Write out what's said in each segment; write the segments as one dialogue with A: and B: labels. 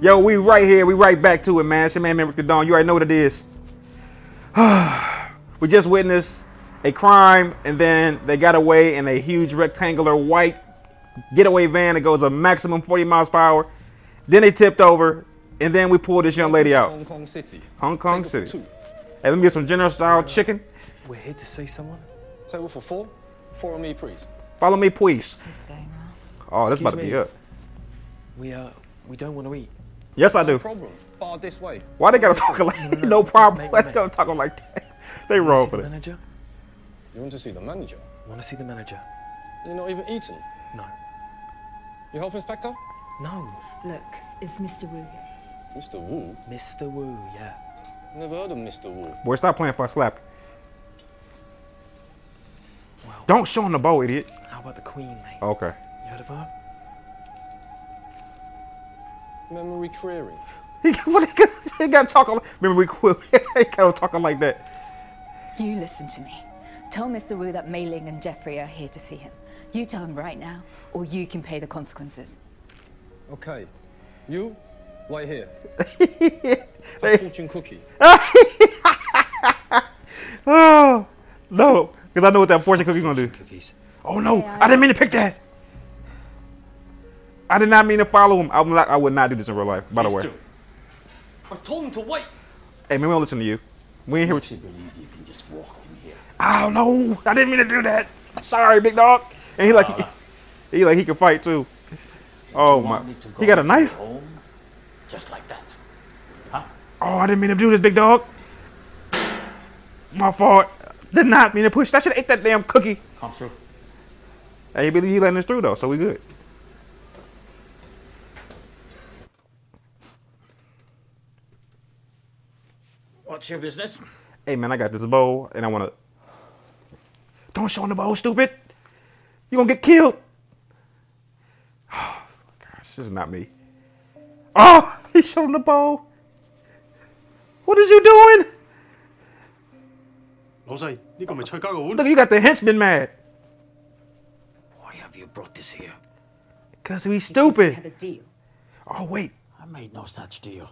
A: Yo, we right here. We right back to it, man. It's your man, Memphis Dawn. You already know what it is. we just witnessed a crime, and then they got away in a huge rectangular white getaway van that goes a maximum 40 miles per hour. Then they tipped over, and then we pulled this young lady out.
B: Hong Kong City.
A: Hong Kong
B: Table
A: City.
B: for two.
A: Hey, let me get some general style chicken.
C: We're here to see someone.
B: Table for four. Four on me, please.
A: Follow me, please. Oh,
C: Excuse
A: that's about to
C: me.
A: be up.
C: We uh, we don't want to eat.
A: Yes, I do.
B: No problem. Bar this way.
A: Why they gotta talk like no problem?
C: Mate,
A: Why they
C: mate.
A: gotta talk like that? They wrong
C: See
A: for
C: the
A: that.
C: manager?
B: You want to see the manager?
C: Want to see the manager?
B: You're not even eaten.
C: No,
B: You health inspector?
C: no,
D: Look, it's Mr. Wu.
B: Mr. Wu.
C: Mr. Wu. Yeah.
B: Never heard of Mr. Wu.
A: Boy, stop playing for a slap. Don't show him the bow, idiot.
C: How about the Queen, mate?
A: Okay.
C: You heard of her?
B: Memory clearing.
A: He, what he, got- he got talking. Remember we quit. he got talking like that.
D: You listen to me. Tell Mr. Wu that Mei Ling and Jeffrey are here to see him. You tell him right now, or you can pay the consequences.
B: Okay. You, right here. A fortune cookie.
A: Oh no, because I know what that fortune cookie's gonna do.
C: Cookies.
A: Oh no,
D: Yeah, I
A: I didn't mean to pick that. I did not mean to follow him. I'm not, I would not do this in real life. By the way,
B: I've told him to wait.
A: hey, man, we don't listen to you. We ain't here with you.
E: believe you can just walk in here.
A: Oh no, I didn't mean to do that. Sorry, big dog. And he like he, he like he can fight too. Oh my,
E: Want me to
A: he
E: go
A: got a
E: to
A: knife.
E: your Home? Just like that. Huh?
A: Oh, I didn't mean to do this, big dog. My fault. Did not mean to push. I should have ate that damn cookie.
E: Come through.
A: Hey, Billy, he letting us through though, so we good.
E: What's your business?
A: Hey man, I got this bowl, and I wanna. Don't show him the bowl, stupid. You gonna get killed. gosh, this is not me. Oh, he showed him the bowl. What is you doing?
F: 老細，呢個咪蔡家個碗？
A: Look, you got the henchman mad.
E: Why have you brought this here?
A: Cause he's
D: We
A: stupid.
D: had a deal.
A: Oh wait,
E: I made no such deal.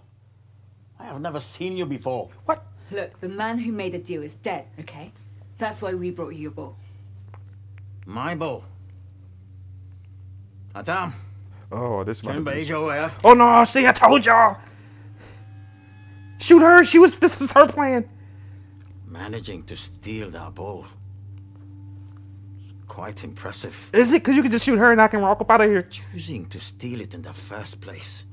E: I have never seen you before.
A: what?
D: Look, the man who made the deal is dead, okay? That's why we brought you your ball.
E: My bow. Atam,
A: Oh, this. might be-
E: 準備做嘢。
A: Oh no! See, I told y'all. Shoot her. She was. This is her plan.
E: Managing to steal that bow. It's quite impressive.
A: Is it? Cause you can just shoot her and I can walk up out of here.
E: Choosing to steal it in the first place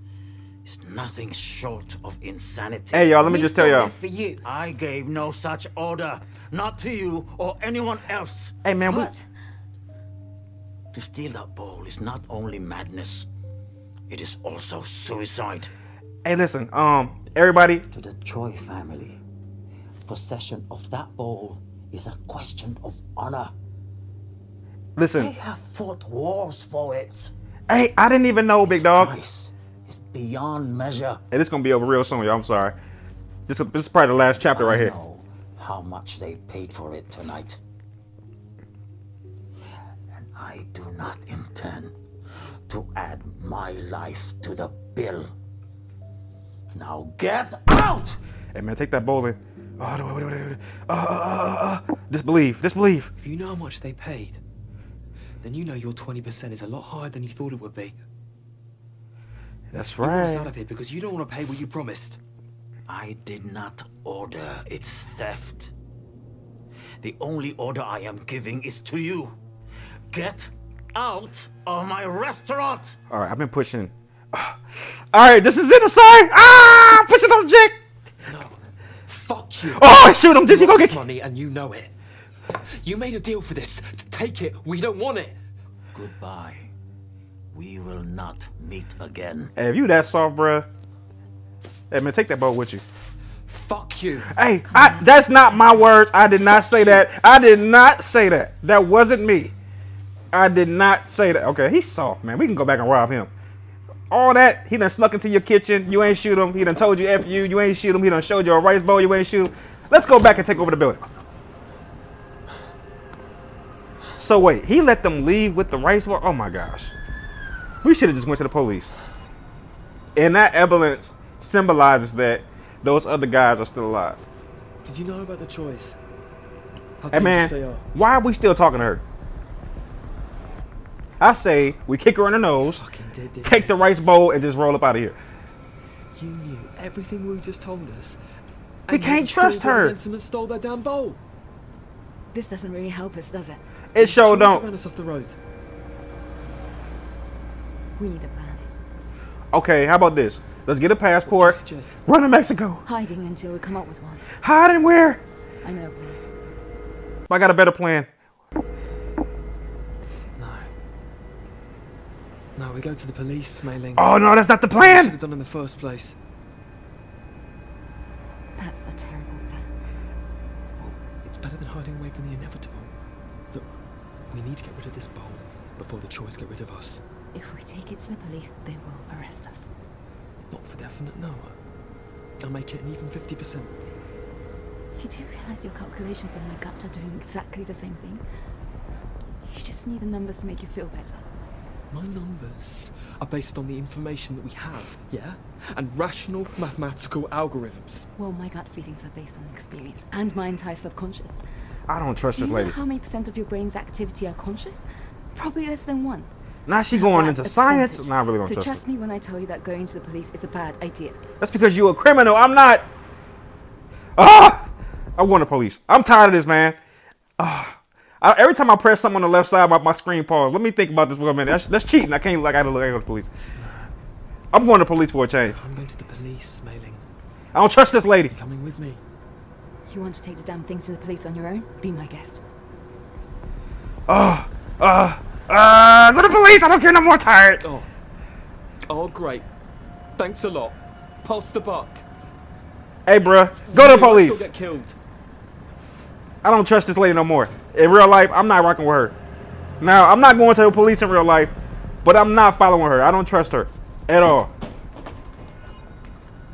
E: is nothing short of insanity.
A: Hey y'all, let me
D: We
A: just tell
D: stole
A: y'all.
D: This for you.
E: I gave no such order, not to you or anyone else.
A: Hey man, we,
D: What?
E: To steal that bowl is not only madness, it is also suicide.
A: hey listen, um, everybody,
E: To the Choi family, possession of that bowl is a question of honor. They
A: listen.
E: have fought wars for it.
A: Hey, I didn't even know, Oh, big dog.
E: Price is beyond measure.
A: Hey, this gonna be over real soon, y'all. I'm sorry. This, this is probably the last chapter right
E: I
A: here.
E: know how much they paid for it tonight. And I do not intend to add my life to the bill. Now get out!
A: Hey man, take that bowling. Oh, no, wait, wait, wait, wait. Uh, uh, uh, uh. Disbelieve, disbelieve.
C: If you know how much they paid, then you know your 20% is a lot higher than you thought it would be.
A: That's
C: You want us out
A: right.
C: of here because you don't want to pay what you promised.
E: I did not order its theft. The only order I am giving is to you. Get out of my restaurant!
A: All right, I've been pushing. All right, this is it. I'm sorry. Ah, pushing on Jake.
C: Fuck you.
A: Oh, shoot him. Did you go get?
C: money and you know it. You made a deal for this. Take it. We don't want it.
E: Goodbye. We will not meet again.
A: Hey, if you that soft, bruh. Hey man, take that boat with you.
C: Fuck you.
A: Hey, I, that's not my words. I did not say that. I did not say that. That wasn't me. I did not say that. Okay, he's soft, man. We can go back and rob him. All that, he done snuck into your kitchen. You ain't shoot him. He done told you F you. You ain't shoot him. He done showed you a rice bowl. You ain't shoot him. Let's go back and take over the building. So wait, he let them leave with the rice bowl? Oh my gosh. We should have just went to the police. And that ambulance symbolizes that those other guys are still alive.
F: Did you know about the choice? How
A: Hey man,
F: dangerous they
C: "Oh,
F: are.
A: why are we still talking to her? I say we kick her in the nose,
F: Fucking did this.
A: take the rice bowl, and just roll up out of here.
F: You knew everything Wu just told us.
A: We
F: and yet
A: can't
F: you still
A: trust
F: went
A: her.
F: Against them and stole their damn bowl.
D: This doesn't really help us, does it?
A: It sure
F: She must have
A: don't.
F: Ran us off the road.
D: We need a plan.
A: Okay, how about this? Let's get a passport.
F: suggest?
A: Run to Mexico.
D: Hiding until we come up with one.
A: Hide and where?
D: I know a place.
A: I got a better plan.
F: No, we go to the police, Mei Ling.
A: Oh no, that's not the
F: Should
A: plan.
F: have done in the first place.
D: That's a terrible plan.
F: It's better than hiding away from the inevitable. Look, we need to get rid of this bowl before the choice get rid of us.
D: If we take it to the police, they will arrest us.
F: Not for definite, no. I'll make it an even 50%.
D: You do realize your calculations and my gut are doing exactly the same thing? You just need the numbers to make you feel better.
F: My numbers are based on the information that we have, yeah? And rational mathematical algorithms.
D: Well, my gut feelings are based on experience and my entire subconscious.
A: I don't trust
D: Do
A: this
D: you know
A: lady.
D: how many percent of your brain's activity are conscious? Probably less than one.
A: Now she going
D: That's
A: into
D: a
A: science.
D: percentage.
A: Nah, I really don't
D: So
A: trust her.
D: trust me when I tell you that going to the police is a bad idea.
A: That's because you a criminal. I'm not. Ah! I want the police. I'm tired of this, man. Ah. I- every time I press something on the left side, my, my screen pauses. Let me think about this for a minute. That's, that's cheating. I can't. Like, I gotta look at the police. I'm going to police for a change.
F: I'm going to the police, Mei Ling.
A: I don't trust this lady.
F: You're coming with me.
D: You want to take the damn thing to the police on your own? Be my guest.
A: Uh, go to police. I don't care. No more. Tired.
F: Oh. Oh, great. Thanks a lot. Pass the buck.
A: Hey, bruh. Go to the
F: You might
A: police.
F: Still get killed.
A: I don't trust this lady no more. In real life, I'm not rocking with her. Now, I'm not going to the police in real life, but I'm not following her. I don't trust her at all.